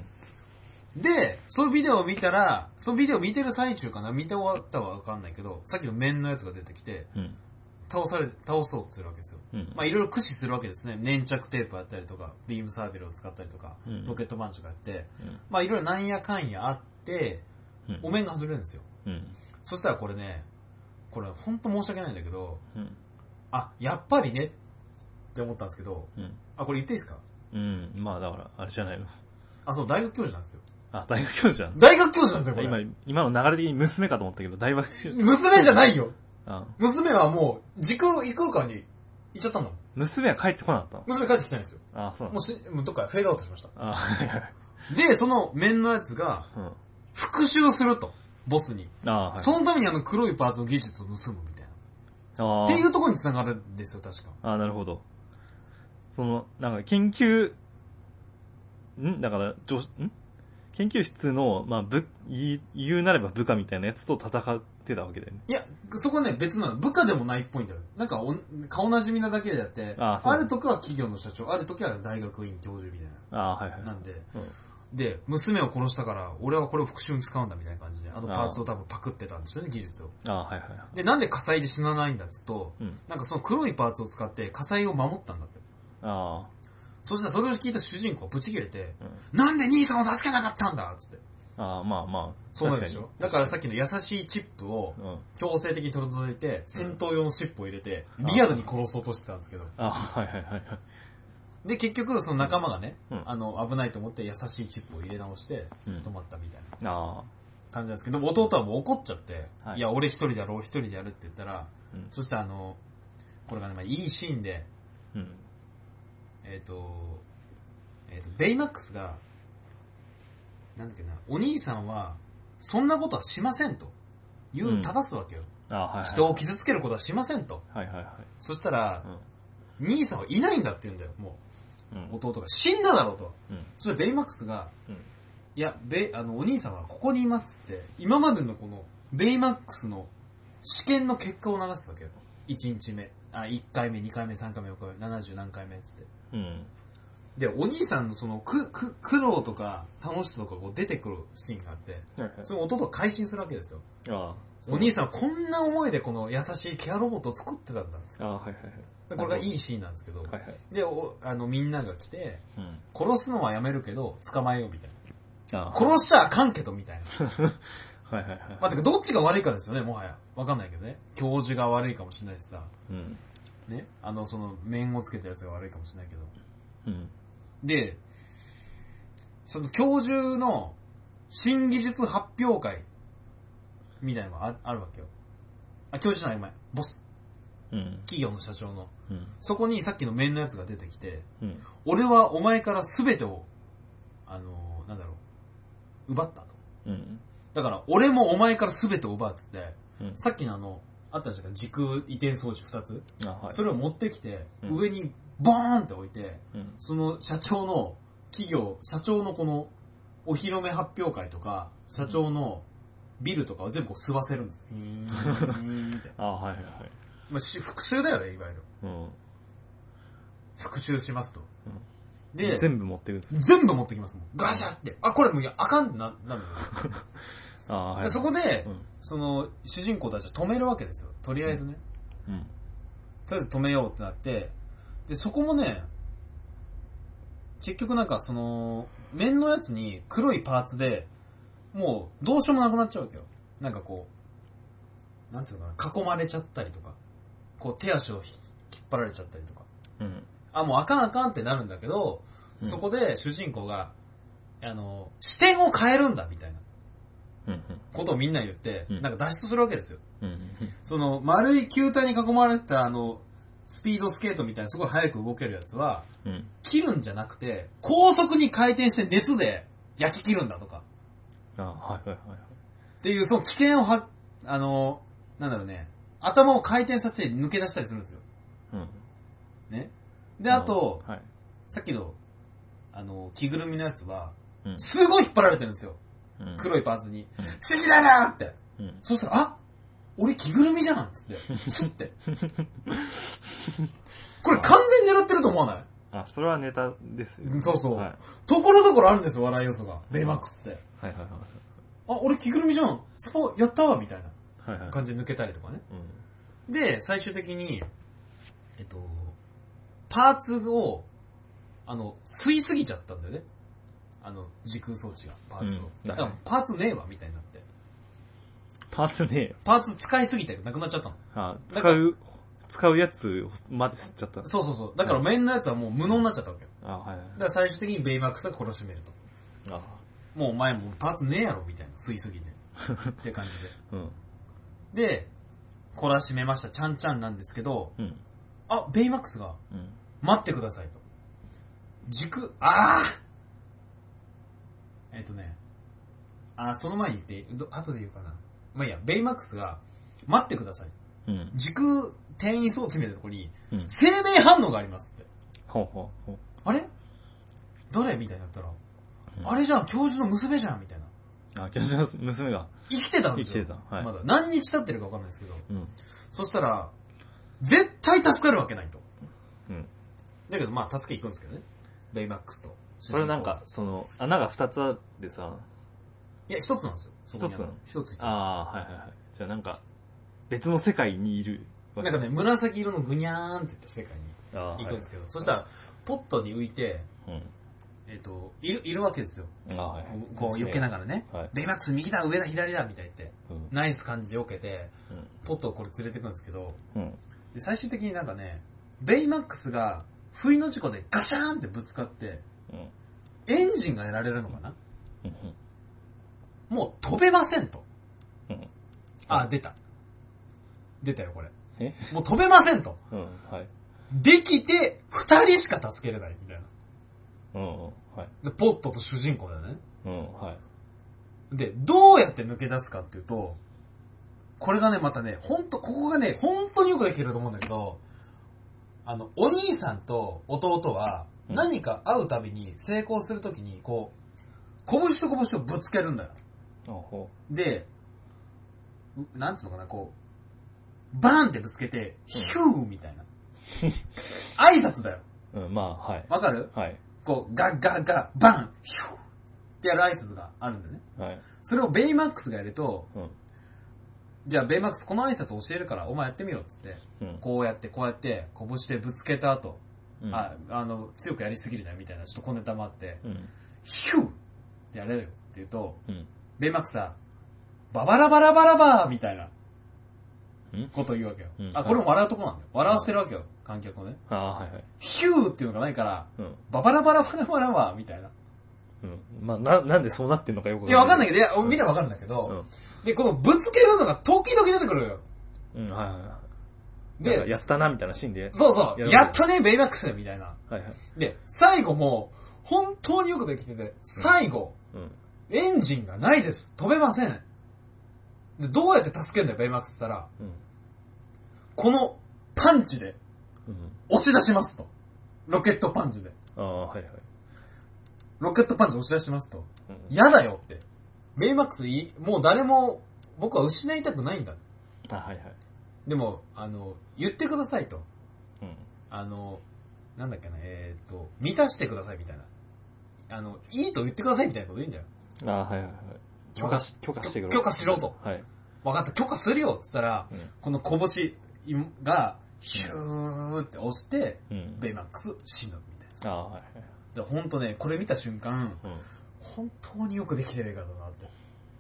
ん。
で、そのビデオを見たら、そのビデオ見てる最中かな、見て終わったはわかんないけど、さっきの面のやつが出てきて、
うん。
倒され、倒そうとするわけですよ。
うん。
まあいろいろ駆使するわけですね。粘着テープやったりとか、ビームサーベルを使ったりとか
うん、
ロケットパンチとかやって、
うん
まあいろいろなんやかんやあって、
うん
お面が外れるんですよ。
うん。
そしたらこれね、これほんと申し訳ないんだけど、
うん。
あ、やっぱりねって思ったんですけど、
うん。
あ、これ言っていいですか
うん。まあだから、あれじゃないの。
あ、そう、大学教授なんですよ。
あ、大学教授じ
大学教授なんですよ、
ゃん。
これ。
今、今の流れ的に娘かと思ったけど、大学教授。
娘じゃないよ
あ
娘はもう、時空、異空間に行っちゃったもん。
娘は帰ってこなかったの
娘帰ってきてないんですよ。
あそうな
も
の
うし、もうどっかフェードアウトしました。
あはいはい。
で、その面のやつが、
うん。
復讐すると、ボスに。
あはい。
そのためにあの黒いパーツの技術を盗むみたい
あ
な。
あ
っていうところに繋がるんですよ、確か。
あーなるほど。その、なんか研究、んだから、女ん研究室の、まあ、ぶ、言い言うなれば部下みたいなやつと戦ってたわけだよね。
いや、そこね、別なの。部下でもないっぽいんだよ。なんかお、顔なじみなだけであって、
あ
あ
そう
る時は企業の社長、ある時は大学院教授みたい
ああ、はいはい
な。。なんで、
うん
で、娘を殺したから、俺はこれを復讐に使うんだみたいな感じで、あのパーツを多分パクってたんですよね、技術を。
ああ、はいはいはい。
で、なんで火災で死なないんだっつうと、
うん。
なんかその黒いパーツを使って火災を守ったんだって。
あ
そしたらそれを聞いた主人公はブチ切れて、
あ、うん。
なんで兄さんを助けなかったんだっつって。
ああ、まあまあ。
そうなんでしょだ
確
からさっきの優しいチップを
かにうん。
強制的に取り除いて、戦闘用のチップを入れて、リアルに殺そうとしてたんですけど。
ああ、はいはいはいはい。
で、結局その仲間がね、
うん
あの、危ないと思って優しいチップを入れ直して、
うん
止まったみたいな
あ
感じなんですけど、でも弟はもう怒っちゃって、
はい
い、や、俺一人だろ、俺一人でやるって言ったら、
あ、うん。
そしてあの、これがね、まあ、いいシーンで、
うん。
えっ、と、えっ、と、ベイマックスが、なんだっけな、お兄さんは、そんなことはしませんと、言
うん
う、正すわけよ。
ああ、はいはい。
人を傷つけることはしませんと。
はいはいはい。
そしたら、兄さんはいないんだって言うんだよ、も
うん。うん
う。。弟が死んだだろうと。
うん。
それベイマックスが、
うん
いや、ベイ、あの、お兄さんはここにいますっつって、今までのこの、ベイマックスの試験の結果を流すわけよ。1日目。あ、1回目、2回目、3回目、4回目、70何回目っつって。
うん。
で、お兄さんのその、く、く、苦労とか、楽しさとかこう出てくるシーンがあって、
はいはい
その弟を改心するわけですよ。
ああ。
お兄
さ
さんはこんな思いでこの優しいケアロボットを作ってたんだっつって。
ん。ああ、はいはい
でこれがいいシーンなんですけど、
はい。はいはい。
で、おあの、みんなが来て、
うん。
殺すのはやめるけど、捕まえようみたいな。
ああ。
殺しちゃあかんけど、み たいな。
はいはいはい。
まあ、てか、どっちが悪いかですよね、もはや。わかんないけどね。教授が悪いかもしれないしさ。
うん。
ね。あの、その、面をつけたやつが悪いかもしれないけど。
うん。
で、その教授の新技術発表会みたいなのがああるわけよ。あ、教授じゃない、お前。ボス。
うん。
企業の社長の。
うん。
そこにさっきの面のやつが出てきて、
うん。
俺はお前から全てを、あの、なんだろう、奪ったと。
うん。
だから、俺もお前から全てを奪うっつって、
うん。
さっきのあの、あったじゃん、時空移転装置2つ、
あ、はい。
それを持ってきて、
うん
上にボーンって置いて、
うん。
その社長の企業、社長のこのお披露目発表会とか、社長のビルとかを全部こう吸わせるんですよ。って
あ、はいはいはい。
まあ、し復讐だよね、いわゆる。
うん。
復讐しますと。で、
で、全部持ってくんですよ。
全部持ってきますもん。ガシャって。あ、これもういや、あかんってな、なるのよ
あ、はい。
でそこで
う、ん。
その、主人公たちを止めるわけですよ。とりあえずね、
うん。
とりあえず止めようってなって、で、そこもね、結局なんかその、面のやつに黒いパーツで、もうどうしようもなくなっちゃうわけよ。なんかこう、なんていうのかな、囲まれちゃったりとか、こう手足を引き引っ張られちゃったりとか。
うん。
あ、もうあかんあかんってなるんだけど、
うん
そこで主人公が、あの、視点を変えるんだみたいな
うん。
ことをみんな言って、
うん
なんか脱出するわけですよ。
うん。うん
その、丸い球体に囲まれてたあの、スピードスケートみたいなすごい速く動けるやつは、
うん。
切るんじゃなくて、高速に回転して熱で焼き切るんだとか、
あ、はいはいはい。
っていうその危険をは、あの、なんだろうね、頭を回転させて抜け出したりするんですよ。
うん。
ね。で、あと、
はい。
さっきの、あの、着ぐるみのやつは、
うん
すごい引っ張られてるんですよ。
うん。
黒いパーツに
うん。
シギだなーって。
うん。
そしたら、あ俺着ぐるみじゃんっつって。スッ て。これ完全に狙ってると思わない
あ、それはネタですよ
うんそうそう
はい。
ところどころあるんですよ、笑い要素が。ベイマックスって。
はいはい
あ、俺着ぐるみじゃんスパやったわみたいな
はい。はいはい。
感じで抜けたりとかね。
うん。
で、最終的に、えっと、パーツを、あの、吸いすぎちゃったんだよね。あの、時空装置が、パーツを。
うん
だからパーツねえわ、みたいになって。
パーツねえよ。
パーツ使いすぎてなくなっちゃったの。
あ、使う、使うやつまで吸っちゃった。
そうそうそう。だから面のやつはもう無能になっちゃったわけよ。
あ、はいはい
だ。から最終的にベイマックスが懲らしめると。
あ、
もうお前もうパーツねえやろ、みたいな。吸いすぎて。って感
うん。
じ で。で、懲らしめました、ちゃんちゃんなんですけど、
うん。
あ、ベイマックスが、
うん。
待ってくださいと。軸、ああえっとね、あーその前に言って、ど後で言うかな。まあいいや、ベイマックスが、待ってください。
うん。
軸転移装置みたいなとこに、
うん。
生命反応がありますって。
ほうほうほ
あれ誰みたいになったら、
うん
あれじゃん、教授の娘じゃんみたいな。
う。あ、教授の娘が。
生きてたんですよ。
生きてたはい
まだ何日経ってるかわかんないですけど。
うん。
そしたら、絶対助かるわけないと。
うん。
だけどまあ助け行くんですけどね。ベイマックスと。
それなんか、その、穴が二つあってさ、
いや、一つなんですよ。そこにある一つ一つ。な
ああ、はいはいはい。じゃあなんか、別の世界にいるわけ。
んかね、紫色のぐにゃーんって言った世界に
ああ、
行くんです
け
けど、そしたら、ポットに浮いて、
ど。
えっ、と、いる、いるわけですよ。
うん。ああ、はい。
こう、避けな
が
がらね。
はい
ベイマックス右だ、上だ、左だ、みたいって。
ら。うん。
ナイス感じで避けて、ポットをこれ連れてくんですけど、
うん。
で最終的になんかね、ベイマックスが、不意の事故でガシャーンってぶつかって、
うん。
エンジンがやられるのかな
うん。
もう飛べませんと。
うん。
あ、出た。出たよ、これ。
え
もう飛べませんと。
うん。はい。
できて、二人しか助けれない、みたいな。
うん。はい。
で、ポットと主人公だよね。
うん。はい。
で、どうやって抜け出すかっていうと、これがね、またね、ほんと、ここがね、本当によくできてると思うんだけど、あの、お兄さんと弟は、
うん
何か会うたびに、成功するときに、こう、拳と拳をぶつけるんだよ。
あほ
で、うなんつうのかな、こう、バーンってぶつけて、ヒューみたいな。挨拶だよ。
う。うん、まあ、はい。
わかる
はい。
こう、ガッガッガッ、バン、ヒューってやる挨拶があるんだよね。
はい。
それをベイマックスがやると、
うん。
じゃあベイマックスこの挨拶教えるからお前やってみろっつって、
うん。
こうやってこうやって拳でぶつけた後、
うん。
あ、あの、強くやりすぎるなみたいなちょっと小ネタもあって、
うん。
ヒューってやれよって言うと、
うん。
ベイマックスは、ババラバラバラバーみたいな
うん
ことを言うわけよ
うん。
あ、これも笑うとこなんだよ。笑わせてるわけよ、観客をね。
ああ、はいはい。
ヒューっていうのがないから、
うん。
ババラバラバラバラバーみたいな。
うん。まあ、な、なんでそうなってんのかよく
いや、わかんない
い。
けど、いや、見ればわかるんだけど、
うん。
で、このぶつけるのが時々出てくるよ。
うん、はいはいは
で、
い。やったな、みたいなシーンで。
そうそう、
やる
やったね、ベイマックスみたいな。
はいはい。
で、最後も、本当によくできてて、最後、
うん。
エンジンがないです。飛べません。で、どうやって助けるんだよ、ベイマックスって言ったら、
うん。
このパンチで
うん。
押し出しますと。ロケットパンチで。
ああ、はいはい。
ロケットパンチ押し出しますと。
うん。
嫌だよって。ベイマックスいい、もう誰も、僕は失いたくないんだ。
あ、はいはい。
でも、あの、言ってくださいと。
うん。
あの、なんだっけな、えーっ、と、満たしてくださいみたいな。あの、いいと言ってくださいみたいなこと言うんだよ。
ああ、はいはいはい。許可し、許可してくれ。
許可しろと。
はい。
分かった、許可するよっつったら、
うん
この拳が、ヒューって押して、
うん
ベイマックス死ぬみたい
ああ、はいはい。
な。で、ほんとね、これ見た瞬間、
うん。
本当によくできてる映画だなって。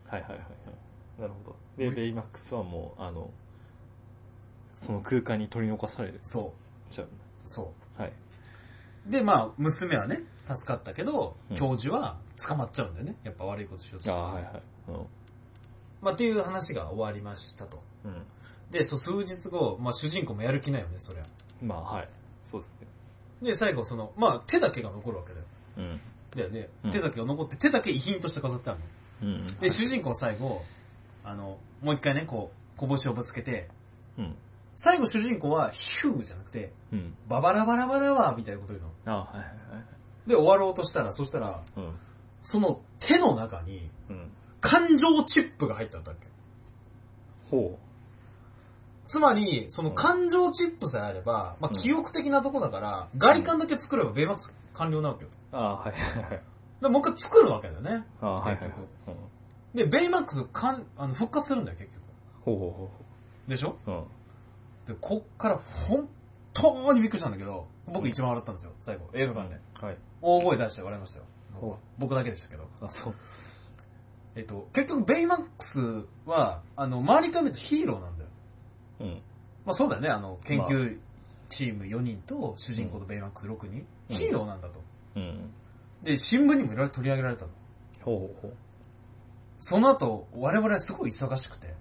はいはいはいはい。なるほど。で、ベイマックスはもう、あの、その空間に取り残され
そ
ちゃう。
う、そ
はい。
う。で、まあ、娘はね、助かったけど
う、ん
教授は捕まっちゃうんだよね。やっぱ悪いことしようとし
あ
て
あ、はいはい。
まあ、っていう話が終わりましたと。
うん。うん。
で、そう、数日後、まあ、主人公もやる気ないよね、そりゃ。
まあ、はい。そうですね。
で、最後、その、まあ、手だけが残るわけだよ。
うん。
だよね
う。ん
手だけが残って、手だけ遺品として飾ってあるの。
うん。
で、主人公最後、あの、もう一回ね、こう、拳をぶつけて、
うん。
最後主人公は、ヒューじゃなくて、
うん。
ババラバラバラは、みたいなこと言うの。
ああ、はいはいはい。
で、終わろうとしたら、そしたら、
うん。
その手の中に、
うん。
感情チップが入ったんだっけ。
ほ
つまり、その感情チップさえあれば、まあ、記憶的なとこだから、外観だけ作れば、ベイマックス完了なわけよ。
う。ああ、はいはいはい。
で、もう一回作るわけだよね。
ああ、はいはいはい
結。
うん
で、ベイマックスかんあの復活するんだよ、結局。
ほうほ
でしょ
うほうほ
で、こっから本当にびっくりしたんだけど、僕一番笑ったんですよ、最後。映画
う。
館で。
うん。はい。
大声出して笑いましたよ。僕は
ほ
僕だけでしたけど。
あ、そう。
えっと、結局ベイマックスは、あの、周りから見るとヒーローなんだよ。
うん。
まあそうだよね、あの、研究チーム4人と主人公とベイマックス6人。
うん
ヒーローなんだと。
うん。
で、新聞にもいろいろ取り上げられたと。
ほうほう
その後、我々はすごい忙しくて、
ほ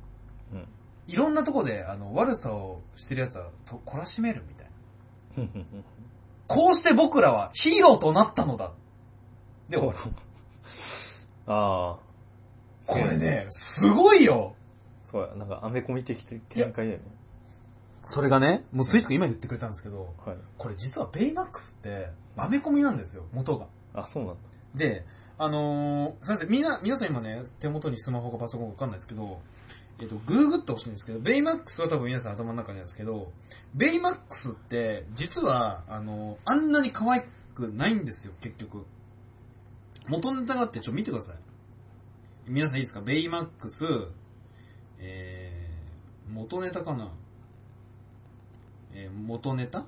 う。うん。
いろんなとこで、あの、悪さをしてる奴はと懲らしめるみたいな。
ふんふんふん
こうして僕らはヒーローとなったのだ。で、
ほうああ、
これね、すごいよ
そうや、なんかアメコミ的展開だよね。
それがね、もうスイスが今言ってくれたんですけど、
はい。
これ実はベイマックスって、アメコミなんですよ、元が。
あ、そうなんだ。
で、あのー、すいません、みんな、皆さん今ね、手元にスマホかパソコンかわかんないですけど、えっ、と、グーグってほしいんですけど、ベイマックスは多分皆さん頭の中にあるんですけど、ベイマックスって、実は、あのーあんなに可愛くないんですよ、結局。元ネタがあって、ちょ、見てください。皆さんいいですかベイマックス、えー、元ネタかなえー、元ネタ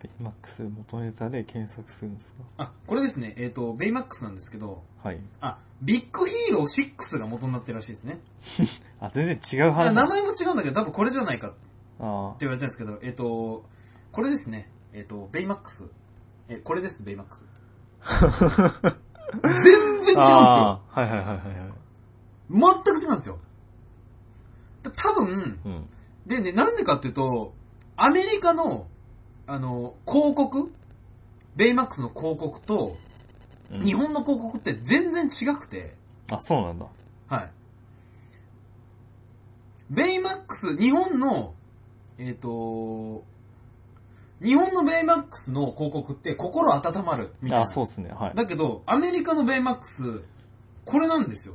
ベイマックス元ネタで検索するんですか
あ、これですね、えっ、と、ベイマックスなんですけど、
はい。
あ、ビッグヒーロー6が元になってるらしいですね。
あ、全然違
名
う話だ。
前も違うんだけど、多分これじゃないかって
あ
言われてるんですけど、えっ、と、これですね。えっ、と、ベイマックス。え、これです、ベイマック ス。全然違うんです
あ。
よ。
ああ、はいはいはいはいはい。
全く違うんですよ。多分、
うん。
でね、なんでかっていうと、アメリカの、あの、広告ベイマックスの広告と、
うん
日本の広告って全然違くて、
あ、そうなんだ。
はい。ベイマックス、日本の、えっ、と、日本のベイマックスの広告って心温まるみたいな。
あ、そうですね。はい。
だけど、アメリカのベイマックス、これなんですよ。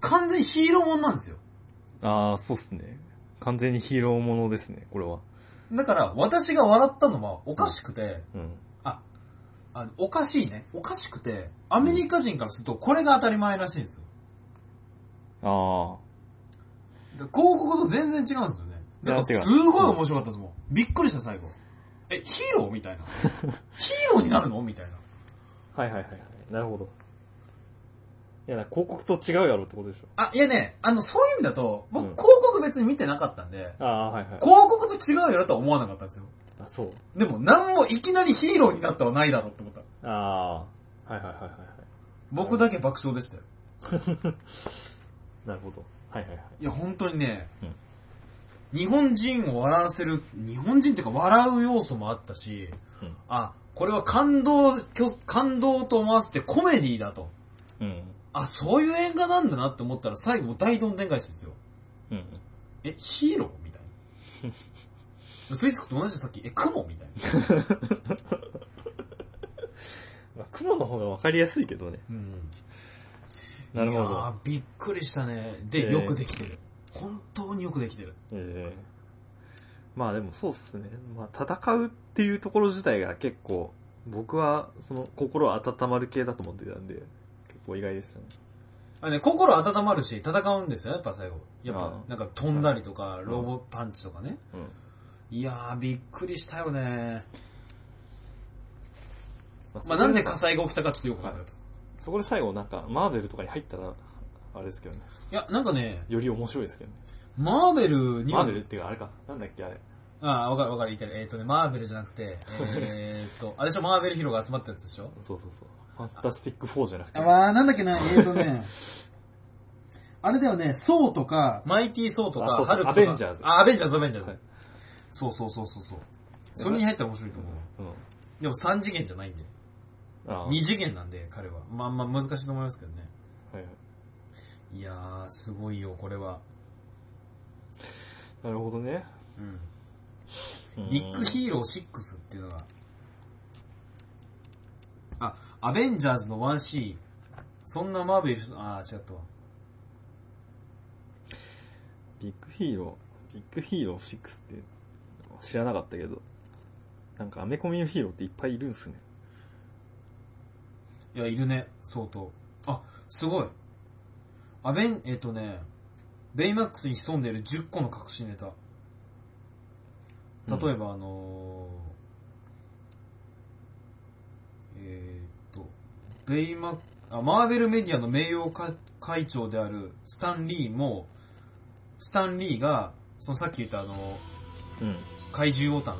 完全にヒーローもんなんですよ。
ああ、そうっすね。完全にヒーローものですね、これは。
だから、私が笑ったのはおかしくて、
うん。
あ、あのおかしいね。おかしくて、アメリカ人からするとこれが当たり前らしいんですよ。
あ
で広告と全然違うんですよね。だから
いや違う
すごい面白かったですもん。びっくりした最後。え、ヒーローみ たいな。ヒーローになるのみたいな。
あ。はいはいはいはい。なるほど。いや、だから広告と違うやろってことでしょ。
あ、いやね、あの、そういう意味だと、僕、
うん
広告別に見てなかったんで、
ああ、はいはい。
広告と違うよなとは思わなかったんですよ。
あ、そう。
でも、なんもいきなりヒーローになったはないだろうって思った。
ああ。はいはいはいはいはい。
僕だけ爆笑でしたよ。
なるほど。はいはいはい。
いや、本当にね、
うん
日本人を笑わせる、日本人っていうか笑う要素もあったし、
うん
あ、これは感動、感動と思わせてコメディだと。
うん。
あ、そういう映画なんだなって思ったら最後大どんでん返しですよ。
うん。
え、ヒーローみたい な。スイスクと同じでさっき、え、雲みたいな。
まあ、雲の方がわかりやすいけどね。
うん。
なるほ
いや
ど。
ーびっくりしたね。で、
えー
よくできてる。本当によくできてる。
ええまあでもそうっすね。まあ戦うっていうところ自体が結構、僕はその心温まる系だと思ってたんで、結構意外でしたね。
あのね、心温まるし、戦うんですよ、やっぱ最後。やっぱ
あ、あ
なんか飛んだりとか、ロボパンチとかね。
うん。
いやー、びっくりしたよね。
ま
まあ、なんで火災が起きたかちょっとよくわかんなかったです。
そこで最後なんか、マーベルとかに入ったら、あれですけどね。
いや、なんかね、
より面白いですけどね。
マーベルに
マ
は
ーベルっていうかあれか。なんだっけあれ。
ああ、わかるわかる、言いたい。えっ、とね、マーベルじゃなくて、えっ、と、あれでしょ、マーベルヒーローが集まったやつでしょ
そうそうそう。ファンタスティック4じゃなくて。
まあ、なんだっけな、えっ、とね、あれだよね、ソウとか、
マイティー・ソーと
あ
か
そ、うそう
ハルクとか。
アベンジャーズ
あ、アベンジャーズ、アベンジャーズ。
はい
そうそうそうそうそう。それに入ったら面白いと思う。
うん。
でも3次元じゃないんで。
あ
2次元なんで、彼は。まあまあ難しいと思いますけどね。
はいはい。
いやー、すごいよ、これは。
なるほどね。
うん。
うん
ビッグヒーロー6っていうのが、あ、アベンジャーズの 1C、そんなマーベル、あー、違ったわ。
ビッグヒーロー、ビッグヒーロー6って知らなかったけど、なんかアメコミのヒーローっていっぱいいるんすね。
いや、いるね、相当。あ、すごい。アベン、えっ、とね、ベイマックスに潜んでいる10個の隠しネタ。例えば、あのー、えー、っと、ベイマックあ、マーベルメディアの名誉か会長であるスタン・リーも、スタン・リーが、そのさっき言ったあの、
うん。
怪獣オタの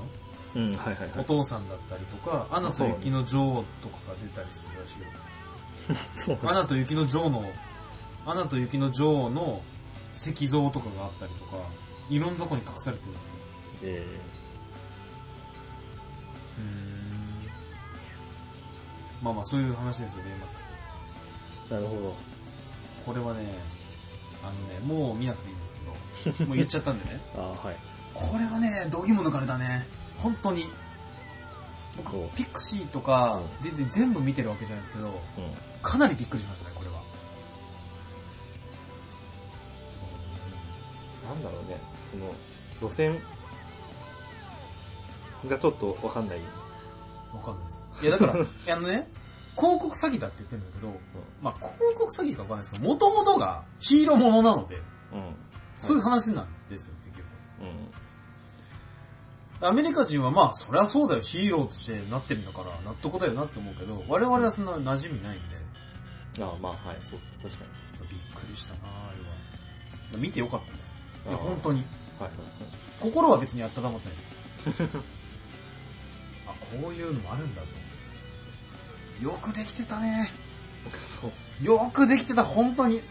うん、はいはいは
お
い。
父さんだったりとか、アナと雪の女王とかが出たりするらしいよ。
そう
アナと雪の女王の、アナと雪の女王の石像とかがあったりとか、いろんなとこに隠されてる。
え
まあまあそういう話ですよ、ベイマックス。
ー、なるほ
これはね、あのね、もう見なくていいんですけど、もう言っちゃったんで ね。
ど。あーはい。
これはね、度肝抜かれたね。本当に。僕
そう、
ピクシーとか、全然全部見てるわけじゃないですけど、
うん。
かなりびっくりしましたね、これは。
なんだろうね、その、路線がちょっとわかんない。
わかんないです。いや、だから、い やあのね、広告詐欺だって言ってるんだけど、まあ広告詐欺かわかんないですけど、もともとがヒーローものなので、
うん。
そういう話なんですよ、結局。
うん。
アメリカ人はまあ、そりゃそうだよ、ヒーローとしてなってるんだから、納得だよなって思うけど、我々はそんな馴染みないんで、
ああ、まあ、はい、そうっすね。確かに。
びっくりしたなああれは。見てよかったね。いや、
あー
本当に。
はいはい
心は別に温まってないです。あ、こういうのもあるんだと。よくできてたね。
はい。そう。
よくできてた、本当に。っ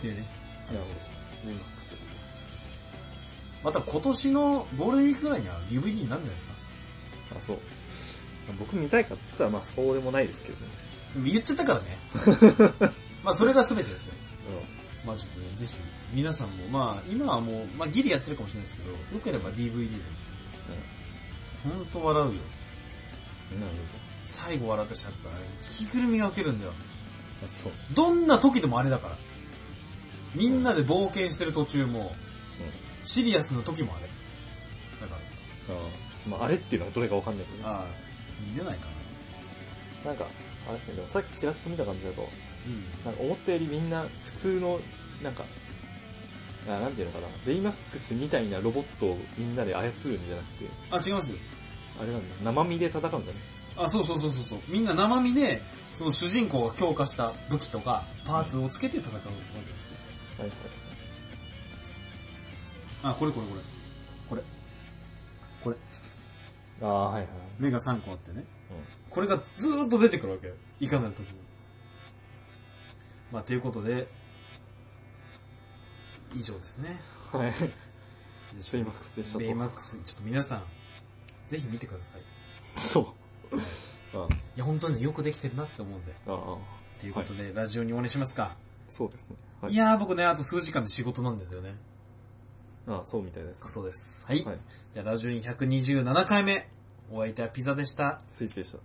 ていうね。
なるほど。
また今年のゴールデンウィークぐらいには DVD になるんじゃないですか。
あ、そう。僕見たいかって言ったら、まあ、そうでもないですけどね。
でも言っちゃったからね。まあそれが全てですよ。
うん。
まあちょっとね、ぜひ皆さんも、まあ今はもう、まあギリやってるかもしれないですけど、よければ DVD でも。本当笑うよ。
なる
最後笑ったしやっぱ、着ぐるみが受けるんだよ。
ほど。あ、そう。
どんな時でもあれだから。みんなで冒険してる途中も、シリアスの時もあれ。だから、
うん。まあ、あれっていうのはどれかわかんないけど、
ああ、出ないかな。
なんか、あれですね、でもさっきちらっと見た感じだと、
うん。
なんか思ったよりみんな普通の、なんか、あなんていうのかな、ベイマックスみたいなロボットをみんなで操るんじゃなくて、
あ、違いますよ。
あれなんだ、生身で戦うんだね。
あ、そうそうそうそうそう。みんな生身で、その主人公が強化した武器とか、パーツをつけて戦うわけですよ。
はいはい。
あ、これこれこれ。これ。これ。
ああ、はいはい。
目が3個あってね。
うん。
これがずーっと出てくるわけよ。いかなる時も。まあ、ということで、以上ですね。
はい。ベイマックスでしたと
ベイマックス、ちょっと皆さん、ぜひ見てください。い
そう。あ
や、本当にねよくできてるなって思うんで。
あああ、
ということで、ラジオにお願いしますか。、
そうですね。はいい。
やー、僕ね、あと数時間で仕事なんですよね。
ああ、そうみたいです。
そうです。はい。
はい。
じゃあ、ラジオに127回目、お相手はピザでした。
スイッチでした。